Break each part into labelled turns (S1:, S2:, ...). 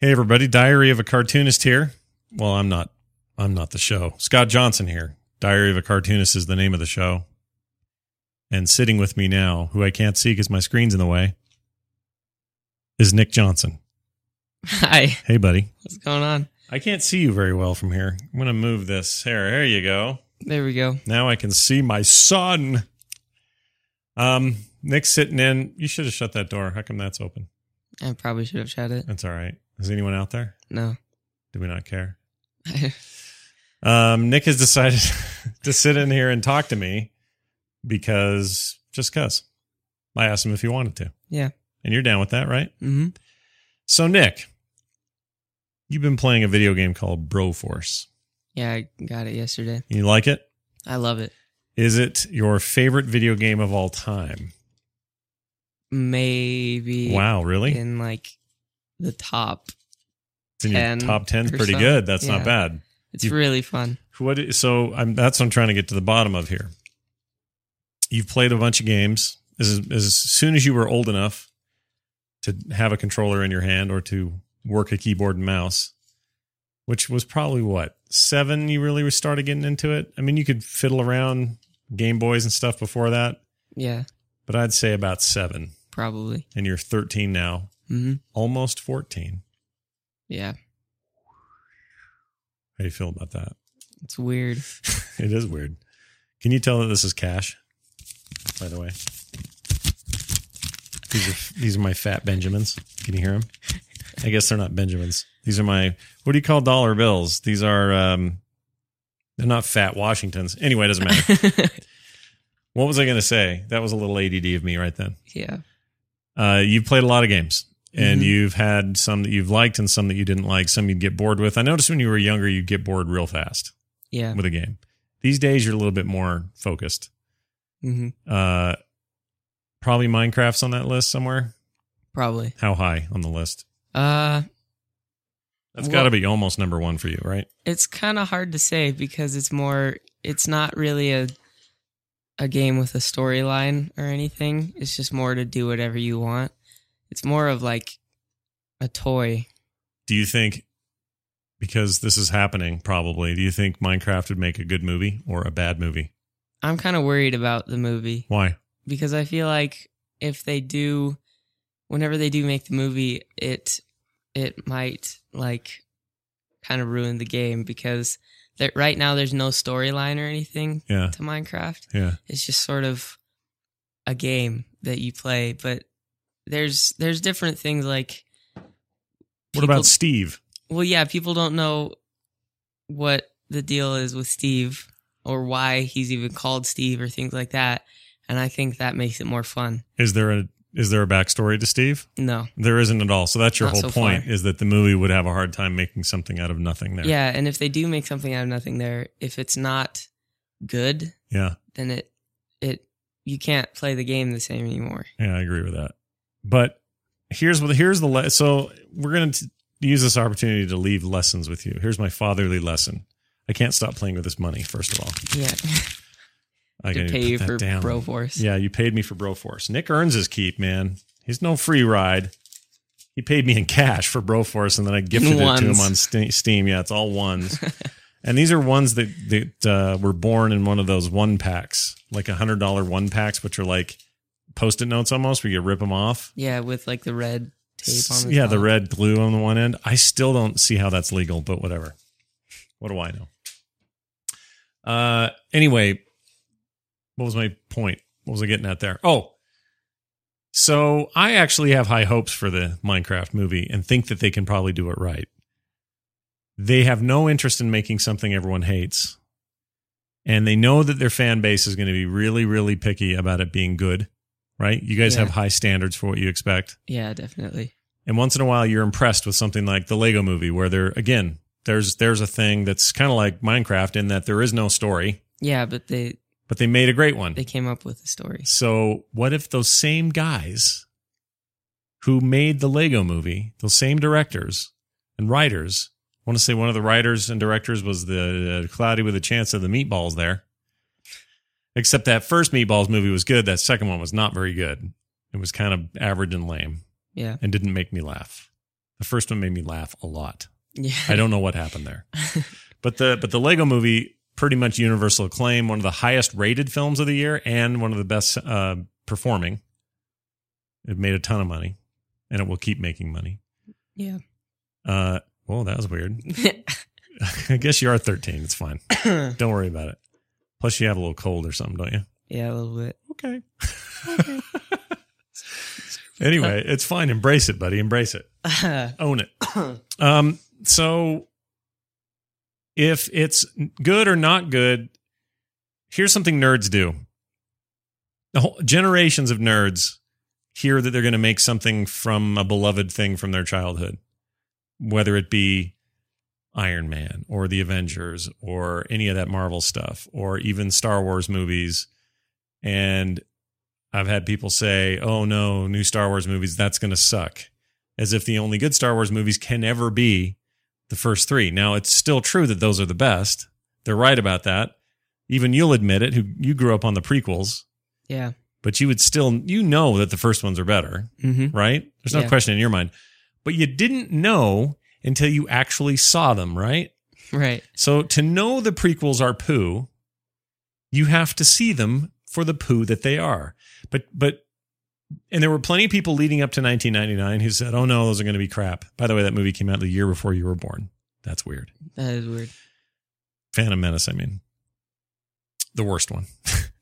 S1: Hey everybody, Diary of a Cartoonist here. Well, I'm not I'm not the show. Scott Johnson here. Diary of a Cartoonist is the name of the show. And sitting with me now, who I can't see cuz my screen's in the way, is Nick Johnson.
S2: Hi,
S1: Hey buddy.
S2: what's going on?
S1: I can't see you very well from here. I'm going to move this. Here, there you go.
S2: There we go.
S1: Now I can see my son. Um, Nick's sitting in. You should have shut that door. How come that's open?
S2: I probably should have shut it.
S1: That's all right. Is anyone out there?
S2: No.
S1: Do we not care? Um, Nick has decided to sit in here and talk to me because just cuz. I asked him if he wanted to.
S2: Yeah.
S1: And you're down with that, right?
S2: hmm
S1: So, Nick, you've been playing a video game called Broforce.
S2: Yeah, I got it yesterday.
S1: You like it?
S2: I love it.
S1: Is it your favorite video game of all time?
S2: Maybe
S1: Wow, really?
S2: in like the top.
S1: It's in your
S2: 10
S1: top 10's
S2: or
S1: pretty
S2: so.
S1: good. That's
S2: Yeah.
S1: not bad.
S2: It's
S1: You-
S2: really fun.
S1: What is, so I'm that's what I'm trying to get to the bottom of here. You've played a bunch of games as as soon as you were old enough to have a controller in your hand or to work a keyboard and mouse, which was probably what seven. You really started getting into it. I mean, you could fiddle around Game Boys and stuff before that,
S2: Yeah,
S1: but I'd say about seven.
S2: probably.
S1: And you're 13 now,
S2: hmm
S1: almost 14.
S2: Yeah,
S1: How do you feel about that?
S2: it's weird.
S1: It is weird. Can you tell that this is cash? By the way, these are these are my fat Benjamins. Can you hear them? I guess they're not Benjamins. These are my what do you call dollar bills? These are um, they're not fat Washingtons. Anyway, it doesn't matter. what was I going to say? That was a little ADD of me right then.
S2: yeah,
S1: Uh, you've played a lot of games and
S2: Mhm.
S1: you've had some that you've liked and some that you didn't like. Some you'd get bored with. I noticed when you were younger, you'd get bored real fast
S2: yeah.
S1: with a game. These days, you're a little bit more focused.
S2: hmm
S1: Uh, probably Minecraft's on that list somewhere.
S2: Probably.
S1: How high on the list?
S2: Uh,
S1: That's
S2: Well-
S1: got to be almost number one for you, right?
S2: it's kind of hard to say because it's more. It's not really a a game with a storyline or anything. It's just more to do whatever you want. It's more of like a toy
S1: Do you think because this is happening? Probably. Do you think Minecraft would make a good movie or a bad movie?
S2: I'm kind of worried about the movie
S1: Why?
S2: because I feel like if they do, whenever they do make the movie, it it might like kind of ruin the game because that right now there's no storyline or anything
S1: Yeah,
S2: to Minecraft.
S1: yeah.
S2: It's just sort of a game that you play, but there's there's different things like
S1: What
S2: people-
S1: about Steve?
S2: well, yeah, people don't know what the deal is with Steve or why he's even called Steve or things like that. And I think that makes it more fun.
S1: Is there a is there a backstory to Steve?
S2: No.
S1: There isn't at all. So that's your
S2: Not
S1: whole
S2: so
S1: point
S2: far.
S1: is that the movie would have a hard time making something out of nothing there.
S2: Yeah. And if they do make something out of nothing there, if it's not good,
S1: Yeah.
S2: then it, it, you can't play the game the same anymore.
S1: Yeah, I agree with that. But here's what here's the le- so we're going to use this opportunity to leave lessons with you. Here's my fatherly lesson. I can't stop playing with this money. First of all,
S2: Yeah.
S1: I
S2: to
S1: gotta
S2: pay
S1: put
S2: you
S1: that
S2: for
S1: down.
S2: Broforce.
S1: Yeah, you paid me for Broforce. Nick earns his keep, man. He's no free ride. He paid me in cash for Broforce, and then I gifted it to him
S2: ones.
S1: on Ste- Steam. Yeah, it's all ones. and these are ones that that uh, were born in one of those one packs, like a hundred dollar one packs, which are like post-it notes almost, where you rip them off.
S2: Yeah. With like the red tape on the
S1: yeah, the
S2: top.
S1: red glue on the one end. I still don't see how that's legal, but whatever. What do I know? Uh, anyway, what was my point? What was I getting at there? Oh, so I actually have high hopes for the Minecraft movie and think that they can probably do it right. They have no interest in making something everyone hates. And they know that their fan base is going to be really, really picky about it being good, right? You guys
S2: Yeah.
S1: have high standards for what you expect.
S2: Yeah, definitely.
S1: And once in a while, you're impressed with something like the Lego Movie, where there again, there's there's a thing that's kind of like Minecraft in that there is no story,
S2: Yeah. But they,
S1: but they made a great one.
S2: they came up with a story.
S1: So what if those same guys who made the Lego Movie, those same directors and writers? I want to say one of the writers and directors was the uh, Cloudy with a Chance of the Meatballs there. Except that first Meatballs movie was good. That second one was not very good. It was kind of average and lame
S2: Yeah.
S1: and didn't make me laugh. The first one made me laugh a lot.
S2: Yeah.
S1: I don't know what happened there. But the but the Lego movie pretty much universal acclaim, one of the highest rated films of the year and one of the best uh, performing. It made a ton of money and it will keep making money.
S2: Yeah.
S1: Uh well, that was weird. I guess you are 13. It's fine.
S2: yeah,
S1: Don't worry about it. Plus you have a little cold or something, don't you?
S2: a little bit.
S1: Okay. anyway, it's fine. Embrace it, buddy. Embrace it. Own it. Um, so if it's good or not good, here's something nerds do. The whole, generations of nerds hear that they're going to make something from a beloved thing from their childhood, whether it be Iron Man or the Avengers or any of that Marvel stuff or even Star Wars movies. And I've had people say, oh no, new Star Wars movies, that's going to suck as if the only good Star Wars movies can ever be the first three. Now, it's still true that those are the best. They're right about that. Even you'll admit it, who you grew up on the prequels,
S2: yeah.
S1: but you would still, you know that the first ones are better,
S2: Mm-hmm.
S1: right? There's no
S2: Yeah.
S1: question in your mind. But you didn't know until you actually saw them, right?
S2: Right.
S1: So to know the prequels are poo, you have to see them for the poo that they are. But but and there were plenty of people leading up to 1999 who said, "Oh no, those are going to be crap." By the way, that movie came out the year before you were born. That's weird.
S2: That is weird.
S1: Phantom Menace, I mean. The worst one.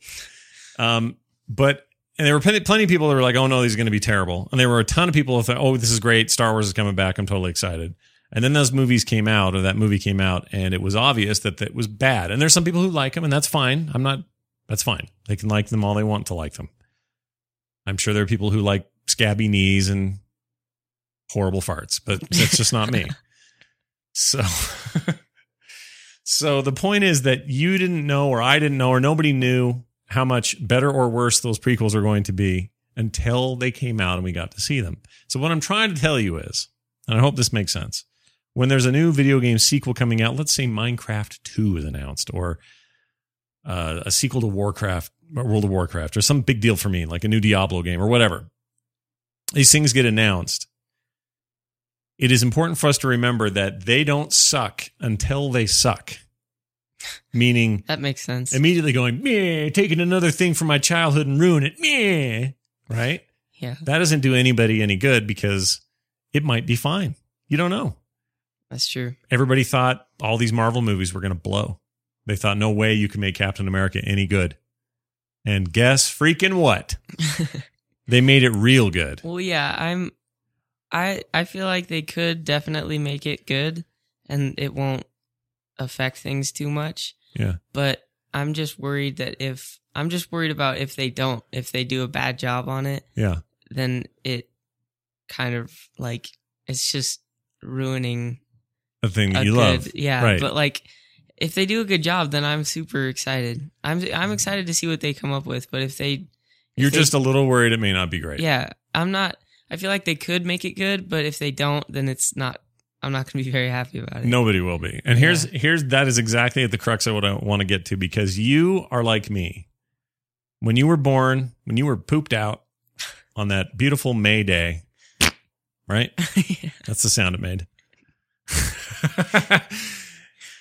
S1: um, but and there were plenty, plenty of people that were like, "Oh no, these are going to be terrible," and there were a ton of people who thought, "Oh, this is great! Star Wars is coming back. I'm totally excited." And then those movies came out, or that movie came out, and it was obvious that that was bad. And there's some people who like them, and that's fine. I'm not. That's fine. They can like them all they want to like them. I'm sure there are people who like scabby knees and horrible farts, but that's just not me. So, so the point is that you didn't know, or I didn't know, or nobody knew how much better or worse those prequels were going to be until they came out and we got to see them. So what I'm trying to tell you is, and I hope this makes sense. When there's a new video game sequel coming out, let's say Minecraft 2 is announced, or uh, a sequel to Warcraft, or World of Warcraft, or some big deal for me, like a new Diablo game or whatever. These things get announced. It is important for us to remember that they don't suck until they suck. Meaning,
S2: That makes sense.
S1: immediately going, meh, taking another thing from my childhood and ruin it, meh, right?
S2: yeah,
S1: That doesn't do anybody any good because it might be fine. You don't know.
S2: that's true.
S1: Everybody thought all these Marvel movies were going to blow. They thought, no way you can make Captain America any good. And guess freaking what? they made it real good.
S2: Well, yeah, I'm. I I feel like they could definitely make it good, and it won't affect things too much.
S1: Yeah.
S2: But I'm just worried that if I'm just worried about if they don't, if they do a bad job on it,
S1: Yeah.
S2: then it kind of like it's just ruining
S1: The thing
S2: a
S1: that you
S2: good,
S1: love.
S2: Yeah,
S1: Right.
S2: but like if they do a good job, then I'm super excited. I'm I'm excited to see what they come up with. But if they, if
S1: You're
S2: they-
S1: just a little worried it may not be great.
S2: yeah, I'm not. I feel like they could make it good, but if they don't, then it's not. I'm not going to be very happy about it.
S1: Nobody will be. And here's here's that is exactly at the crux of what I want to get to because you are like me. When you were born, when you were pooped out on that beautiful May day, right? That's the sound it made.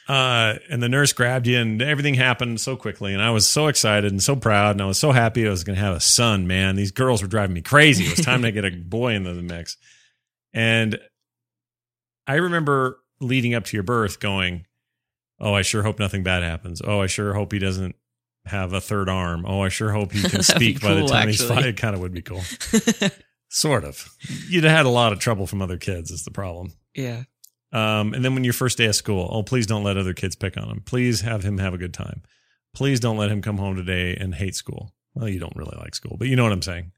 S1: uh, and the nurse grabbed you, and everything happened so quickly. And I was so excited and so proud, and I was so happy I was going to have a son. Man, these girls were driving me crazy. It was time to get a boy into the mix. And I remember leading up to your birth, going, "Oh, I sure hope nothing bad happens. Oh, I sure hope he doesn't." Have a third arm. Oh, I sure hope he can
S2: That'd be
S1: speak by the
S2: cool,
S1: time he's
S2: actually.
S1: five. It kind of would be cool. Sort of. You'd have had a lot of trouble from other kids, is the problem.
S2: yeah,
S1: Um, and then when your first day of school, oh, please don't let other kids pick on him. Please have him have a good time. Please don't let him come home today and hate school. Well, you don't really like school, but you know what I'm saying.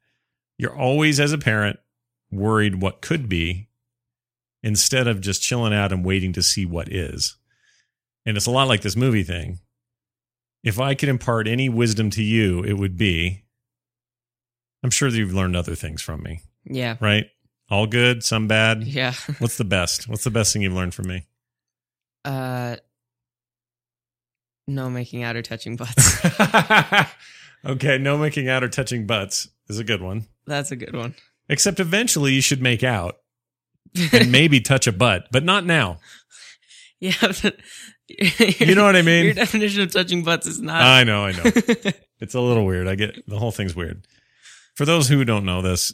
S1: You're always, as a parent, worried what could be instead of just chilling out and waiting to see what is. And it's a lot like this movie thing. If I could impart any wisdom to you, it would be I'm sure that you've learned other things from me
S2: yeah,
S1: right? All good, some bad.
S2: yeah.
S1: What's the best? What's the best thing you've learned from me?
S2: Uh, no making out or touching butts.
S1: okay, no making out or touching butts is a good one.
S2: That's a good one.
S1: Except eventually you should make out and maybe touch a butt, but not now.
S2: yeah.
S1: You know what I
S2: Your
S1: mean?
S2: definition of touching butts is not.
S1: I know, I know. It's a little weird. I get the whole thing's weird. For those who don't know this,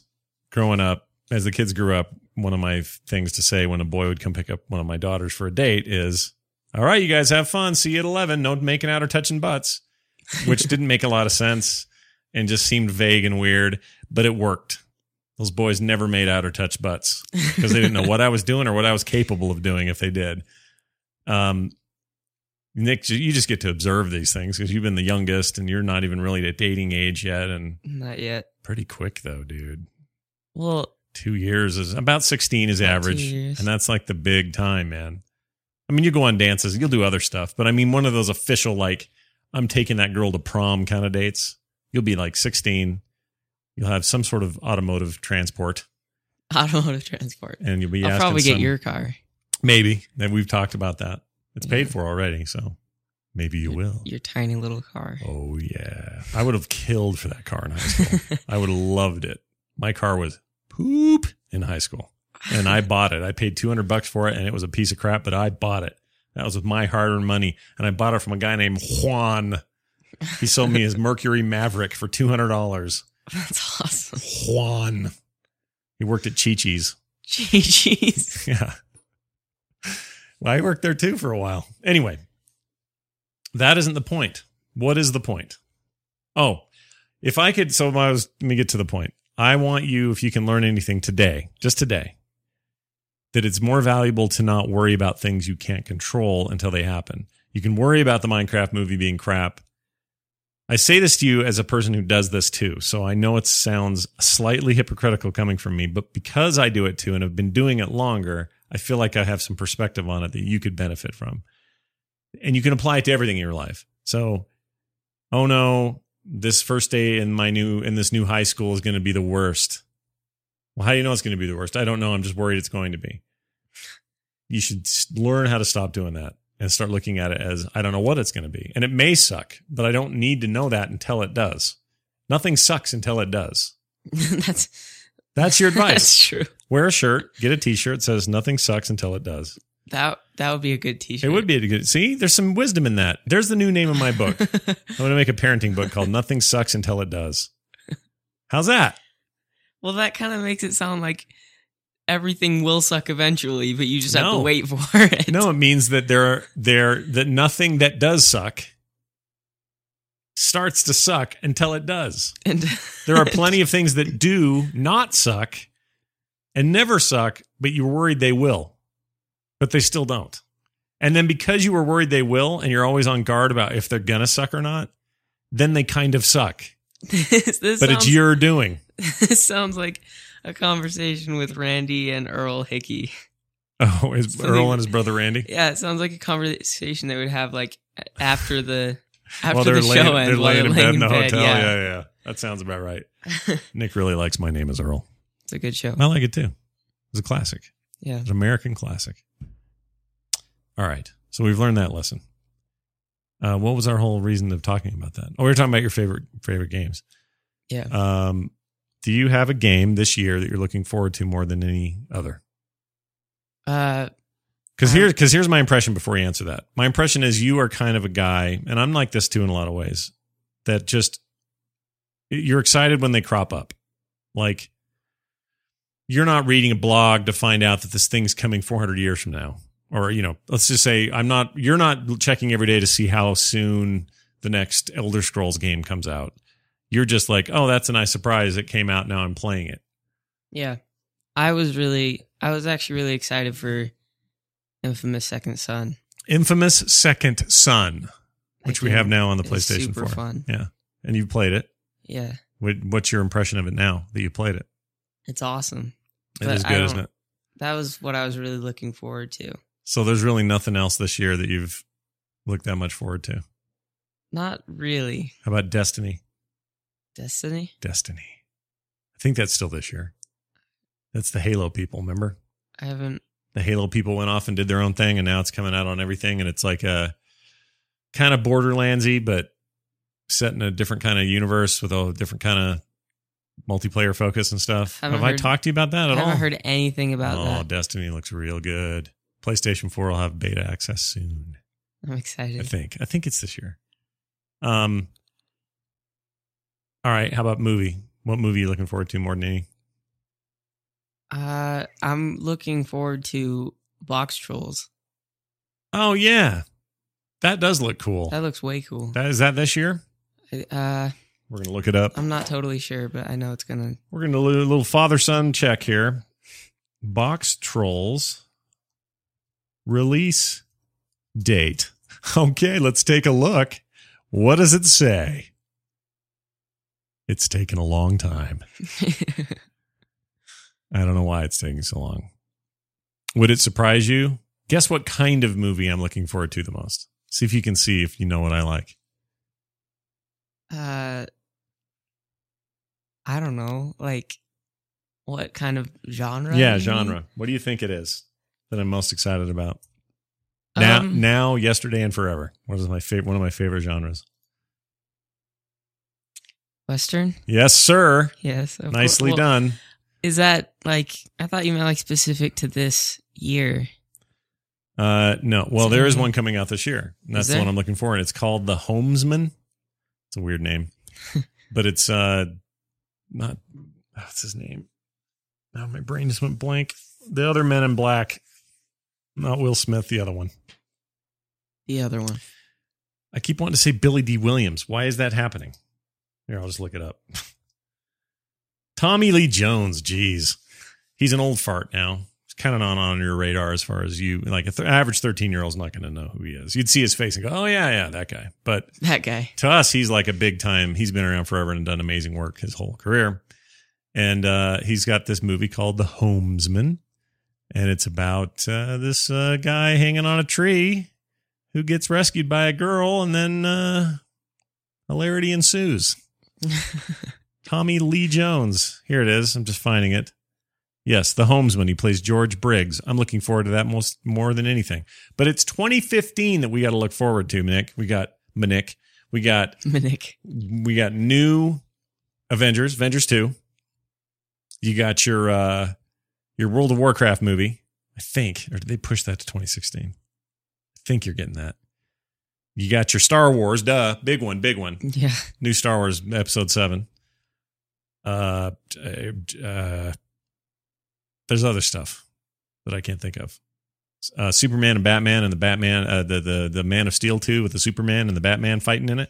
S1: growing up, as the kids grew up, one of my things to say when a boy would come pick up one of my daughters for a date is, All right, you guys have fun. See you at 11. No making out or touching butts, which didn't make a lot of sense and just seemed vague and weird, but it worked. Those boys never made out or touched butts because they didn't know what I was doing or what I was capable of doing if they did. Um, Nick, you just get to observe these things because you've been the youngest and you're not even really at dating age yet. And
S2: not yet.
S1: pretty quick though, dude.
S2: Well,
S1: Two years is about sixteen is
S2: About two
S1: average,
S2: years.
S1: and that's like the big time, man. I mean, you go on dances, you'll do other stuff, but I mean, one of those official like I'm taking that girl to prom kind of dates. You'll be like sixteen. You'll have some sort of automotive transport,
S2: automotive transport.
S1: and you'll be.
S2: I'll
S1: asking
S2: probably get
S1: some-
S2: your car.
S1: maybe. Then we've talked about that. It's paid
S2: Yeah.
S1: for already, so maybe you will.
S2: Your tiny little car.
S1: Oh yeah. I would have killed for that car in high school. I would have loved it. My car was poop in high school. And I bought it. I paid 200 bucks for it and it was a piece of crap, but I bought it. That was with my hard-earned money and I bought it from a guy named Juan. He sold me his Mercury Maverick for $200.
S2: That's awesome.
S1: Juan. He worked at Chi-Chi's.
S2: Gee, jeez.
S1: Yeah. Well, I worked there too for a while. Anyway, that isn't the point. What is the point? Oh, if I could, so I was, let me get to the point. I want you, if you can learn anything today, just today, that it's more valuable to not worry about things you can't control until they happen. You can worry about the Minecraft movie being crap. I say this to you as a person who does this too. So I know it sounds slightly hypocritical coming from me, but because I do it too and have been doing it longer, I feel like I have some perspective on it that you could benefit from. And you can apply it to everything in your life. So, oh no, this first day in my new in this new high school is going to be the worst. Well, how do you know it's going to be the worst? I don't know. I'm just worried it's going to be. You should s- learn how to stop doing that and start looking at it as I don't know what it's going to be. And it may suck, but I don't need to know that until it does. Nothing sucks until it does.
S2: That's
S1: That's your advice.
S2: That's true.
S1: Wear a shirt, get a t-shirt that says nothing sucks until it does.
S2: That that would be a good T-shirt.
S1: It would be a good See, there's some wisdom in that. There's the new name of my book. I'm going to make a parenting book called Nothing Sucks Until It Does. How's that?
S2: well, that kind of makes it sound like everything will suck eventually, but you just have
S1: No.
S2: to wait for it.
S1: No, it means that there are there that nothing that does suck starts to suck until it does.
S2: And
S1: There are plenty of things that do not suck and never suck, but you're worried they will, but they still don't. And then because you were worried they will, and you're always on guard about if they're going to suck or not, then they kind of suck,
S2: this, this
S1: but it's
S2: sounds-
S1: your doing.
S2: This sounds like a conversation with Randy and Earl Hickey.
S1: Oh, is
S2: Something-
S1: Earl and his brother Randy?
S2: Yeah, it sounds like a conversation they would have like a- after the after
S1: While they're
S2: the
S1: laying,
S2: show
S1: they're
S2: end, while
S1: laying in bed in the hotel. Yeah.
S2: Yeah.
S1: yeah, That sounds about right. Nick really likes My Name is Earl.
S2: it's a good show.
S1: I like it too. It's a classic.
S2: Yeah,
S1: It's an American classic. All right. So we've learned that lesson. Uh, what was our whole reason of talking about that? Oh, we were talking about your favorite favorite games.
S2: yeah.
S1: Um, do you have a game this year that you're looking forward to more than any other?
S2: Uh,
S1: Because
S2: Um,
S1: here's because here's my impression before you answer that. My impression is you are kind of a guy, and I'm like this too in a lot of ways. That just you're excited when they crop up, like you're not reading a blog to find out that this thing's coming 400 years from now, or you know, let's just say I'm not. You're not checking every day to see how soon the next Elder Scrolls game comes out. You're just like, oh, that's a nice surprise. It came out. Now I'm playing it.
S2: yeah. I was really, I was actually really excited for Infamous Second Son,
S1: Infamous Second Son,
S2: That
S1: which we
S2: game
S1: have now on the
S2: is
S1: PlayStation
S2: super
S1: 4.
S2: fun.
S1: and you've played it.
S2: Yeah,
S1: What, what's your impression of it now that you played it?
S2: it's awesome.
S1: It
S2: But
S1: is
S2: I
S1: good,
S2: don't-
S1: isn't it?
S2: That was what I was really looking forward to.
S1: So there's really nothing else this year that you've looked that much forward to.
S2: Not really
S1: How about Destiny?
S2: Destiny.
S1: Destiny. I think that's still this year. That's the Halo people, remember?
S2: I haven't.
S1: The Halo people went off and did their own thing, and now it's coming out on everything, and it's like a kind of Borderlandsy, but set in a different kind of universe with a different kind of multiplayer focus and stuff.
S2: Haven't
S1: Have I
S2: heard-
S1: talked to you about that
S2: I
S1: at all?
S2: haven't heard anything about
S1: oh,
S2: that.
S1: Destiny looks real good. PlayStation 4 will have beta access soon.
S2: I'm
S1: I
S2: excited.
S1: think. I think it's this year. Um. All right. How about movie? What movie are you looking forward to more than any?
S2: Uh, I'm looking forward to Box Trolls.
S1: Oh yeah, that does look cool.
S2: That looks way cool.
S1: That is that this year.
S2: Uh,
S1: We're gonna look it up.
S2: I'm not totally sure, but I know it's gonna.
S1: We're gonna do a little father son check here. Box trolls release date. Okay, let's take a look. What does it say? It's taken a long time. I don't know why it's taking so long. Would it surprise you? Guess what kind of movie I'm looking forward to the most? See if you can see if you know what I like.
S2: uh, I don't know, like what kind of genre?
S1: Yeah,
S2: maybe?
S1: genre. What do you think it is that I'm most excited about?
S2: Um,
S1: Now, now, yesterday, and forever. One of my favorite, one of my favorite genres.
S2: Western.
S1: Yes, sir.
S2: Yes, of cour-
S1: Nicely
S2: well,
S1: done.
S2: Is that like I thought you meant like specific to this year?
S1: Uh, no, well, there is
S2: Sorry.
S1: one coming out this year. And that's
S2: Is
S1: the
S2: there?
S1: one I'm looking for, and it's called The Homesman. It's a weird name, but it's uh, not what's his name. Now my brain just went blank. The other Men in Black, not Will Smith. The other one.
S2: The other one.
S1: I keep wanting to say Billy D. Williams. Why is that happening? Here, I'll just look it up. Tommy Lee Jones. Jeez, he's an old fart now. He's kind of not on your radar as far as you like. An th- average thirteen year old's not going to know who he is. You'd see his face and go, "Oh yeah, yeah, that guy." But
S2: That guy.
S1: to us, he's like a big time. He's been around forever and done amazing work his whole career. And uh, he's got this movie called The Homesman, and it's about uh, this uh, guy hanging on a tree who gets rescued by a girl, and then uh, hilarity ensues. Tommy Lee Jones. Here it is. I'm just finding it. Yes, The Homesman. He plays George Briggs. I'm looking forward to that most more than anything. But it's 2015 that we got to look forward to, Nick. We got Nick. We got
S2: Minnick.
S1: we got new Avengers, Avengers 2. You got your uh your World of Warcraft movie, I think, or did they push that to 2016? I think you're getting that. You got your Star Wars, duh, big one, big one.
S2: Yeah.
S1: New Star Wars episode 7. Uh uh there's other stuff that I can't think of. Uh, Superman and Batman and the Batman uh, the the the Man of Steel 2 with the Superman and the Batman fighting in it.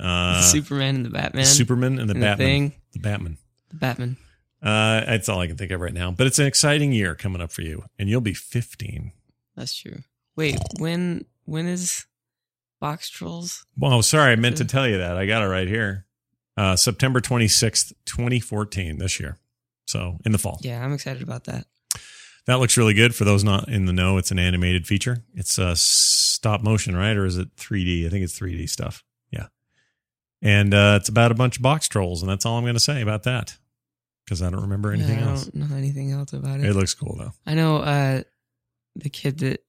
S1: Uh,
S2: Superman and the Batman.
S1: Superman and the
S2: and
S1: Batman.
S2: The thing.
S1: The Batman.
S2: The Batman.
S1: Uh, that's all I can think of right now. But it's an exciting year coming up for you, and you'll be 15.
S2: That's true. Wait, when when is Box Trolls?
S1: Well, sorry, I meant to tell you that. I got it right here. Uh, September 26th, 2014, this year. So in the fall.
S2: Yeah, I'm excited about that.
S1: That looks really good. For those not in the know, it's an animated feature. It's uh, stop motion, right? Or is it 3D? I think it's 3D stuff. Yeah. And uh, it's about a bunch of box trolls, and that's all I'm going to say about that because I don't remember anything
S2: Yeah, I
S1: else.
S2: don't know anything else about it.
S1: It looks cool, though.
S2: I know uh the kid that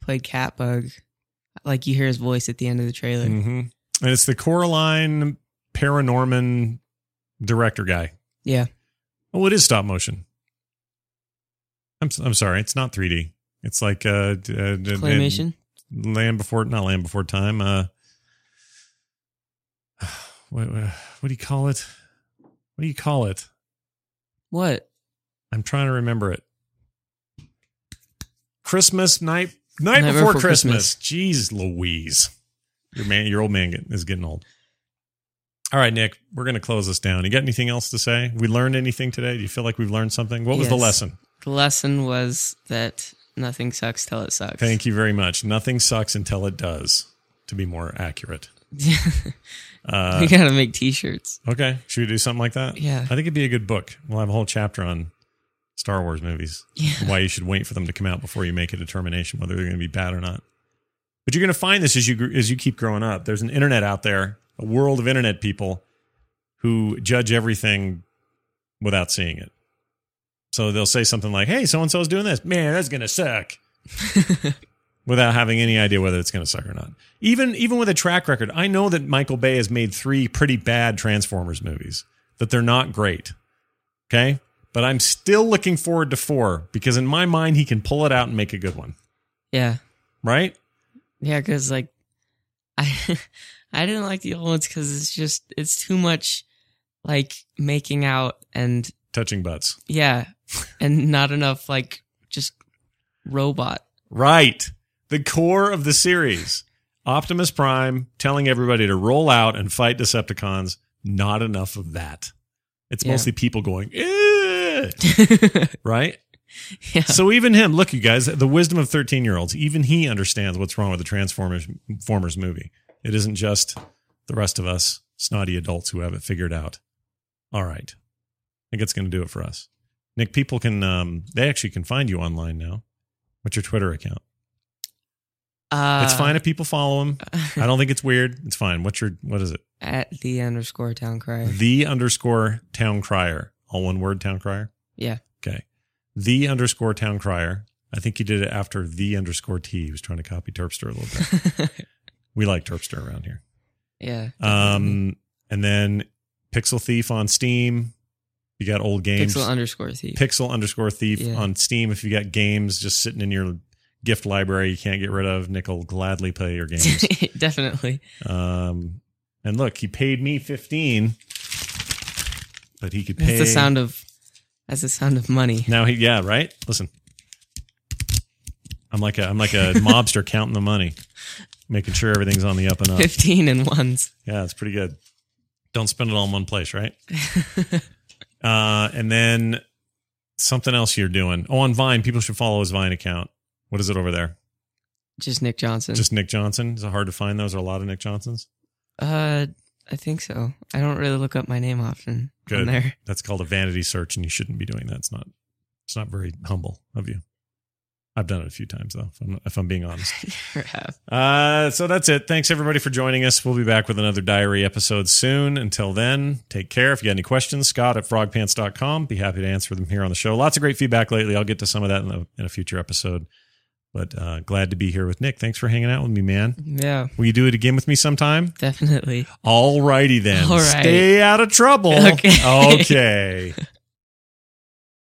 S2: played Catbug. Like you hear his voice at the end of the trailer.
S1: hmm And it's the Coraline Paranorman director guy.
S2: Yeah.
S1: Oh, it is stop motion. I'm s- I'm sorry, it's not 3D. It's like uh, d- uh d-
S2: Claymation.
S1: Land before not land before time. Uh, what what what do you call it? What do you call it?
S2: What?
S1: I'm trying to remember it. Christmas night, night, before, Christmas. Jeez, Louise, your man, your old man get, is getting old. All right, Nick, we're going to close this down. You got anything else to say? We learned anything today? Do you feel like we've learned something? What was the
S2: Yes.
S1: lesson?
S2: The lesson was that nothing sucks till it sucks.
S1: Thank you very much. Nothing sucks until it does. To be more accurate.
S2: we
S1: Uh,
S2: gotta make T-shirts.
S1: okay, should we do something like that?
S2: Yeah.
S1: I think it'd be a good book. We'll have a whole chapter on Star Wars movies.
S2: Yeah.
S1: why you should wait for them to come out before you make a determination whether they're going to be bad or not. But you're going to find this as you gr- as you keep growing up. There's an internet out there, a world of internet people who judge everything without seeing it. So they'll say something like, "Hey, so and so's doing this. Man, that's going to suck." without having any idea whether it's going to suck or not. Even even with a track record, I know that Michael Bay has made 3 pretty bad Transformers movies. that they're not great. Okay. But I'm still looking forward to four because in my mind, he can pull it out and make a good one.
S2: Yeah.
S1: Right?
S2: Yeah, because like I I didn't like the old ones because it's just it's too much like making out and
S1: Touching butts.
S2: yeah, and not enough like just robot.
S1: Right. The core of the series. Optimus Prime telling everybody to roll out and fight Decepticons. Not enough of that. It's
S2: Yeah.
S1: mostly people going, "Eh," right?
S2: yeah.
S1: So even him, look, you guys, the wisdom of 13 year olds, even he understands what's wrong with the Transformers Transformers movie. It isn't just the rest of us snotty adults who have it figured out. All right. I think it's going to do it for us. Nick, people can, um, they actually can find you online now. What's your Twitter account?
S2: Uh,
S1: it's fine if people follow him. I don't think it's weird. It's fine. What's your, what is it?
S2: At the underscore town cry.
S1: The underscore town crier. All one word, town crier?
S2: Yeah.
S1: Okay. The underscore town crier. I think he did it after the underscore T. He was trying to copy Terpster a little bit. we like Terpster around here.
S2: yeah.
S1: Um, and then Pixel Thief on Steam. You got old games.
S2: Pixel underscore thief.
S1: Pixel underscore thief
S2: Yeah.
S1: on Steam. If you got games just sitting in your gift library you can't get rid of, Nick will gladly play your games.
S2: Definitely.
S1: um, and look, he paid me 15 but he could pay
S2: That's the sound of that's the sound of money.
S1: Now he, yeah, right. Listen, I'm like a, I'm like a mobster counting the money, making sure everything's on the up and up.
S2: Fifteen and ones.
S1: Yeah, it's pretty good. Don't spend it all in one place, right? uh, and then something else you're doing. Oh, on Vine, people should follow his Vine account. What is it over there?
S2: Just Nick Johnson.
S1: Just Nick Johnson. Is it hard to find those? Are a lot of Nick Johnsons?
S2: uh I think so. I don't really look up my name often on
S1: Good.
S2: there.
S1: That's called a vanity search, and you shouldn't be doing that. It's not. It's not very humble of you. I've done it a few times though. If I'm, if I'm being honest.
S2: Never have.
S1: Uh, so that's it. Thanks everybody for joining us. We'll be back with another diary episode soon. Until then, take care. If you got any questions, Scott at frogpants.com. Be happy to answer them here on the show. Lots of great feedback lately. I'll get to some of that in a, in a future episode. But uh, glad to be here with Nick. Thanks for hanging out with me, man.
S2: Yeah,
S1: Will you do it again with me sometime?
S2: definitely.
S1: All righty then.
S2: All right.
S1: Stay out of trouble.
S2: Okay.
S1: okay.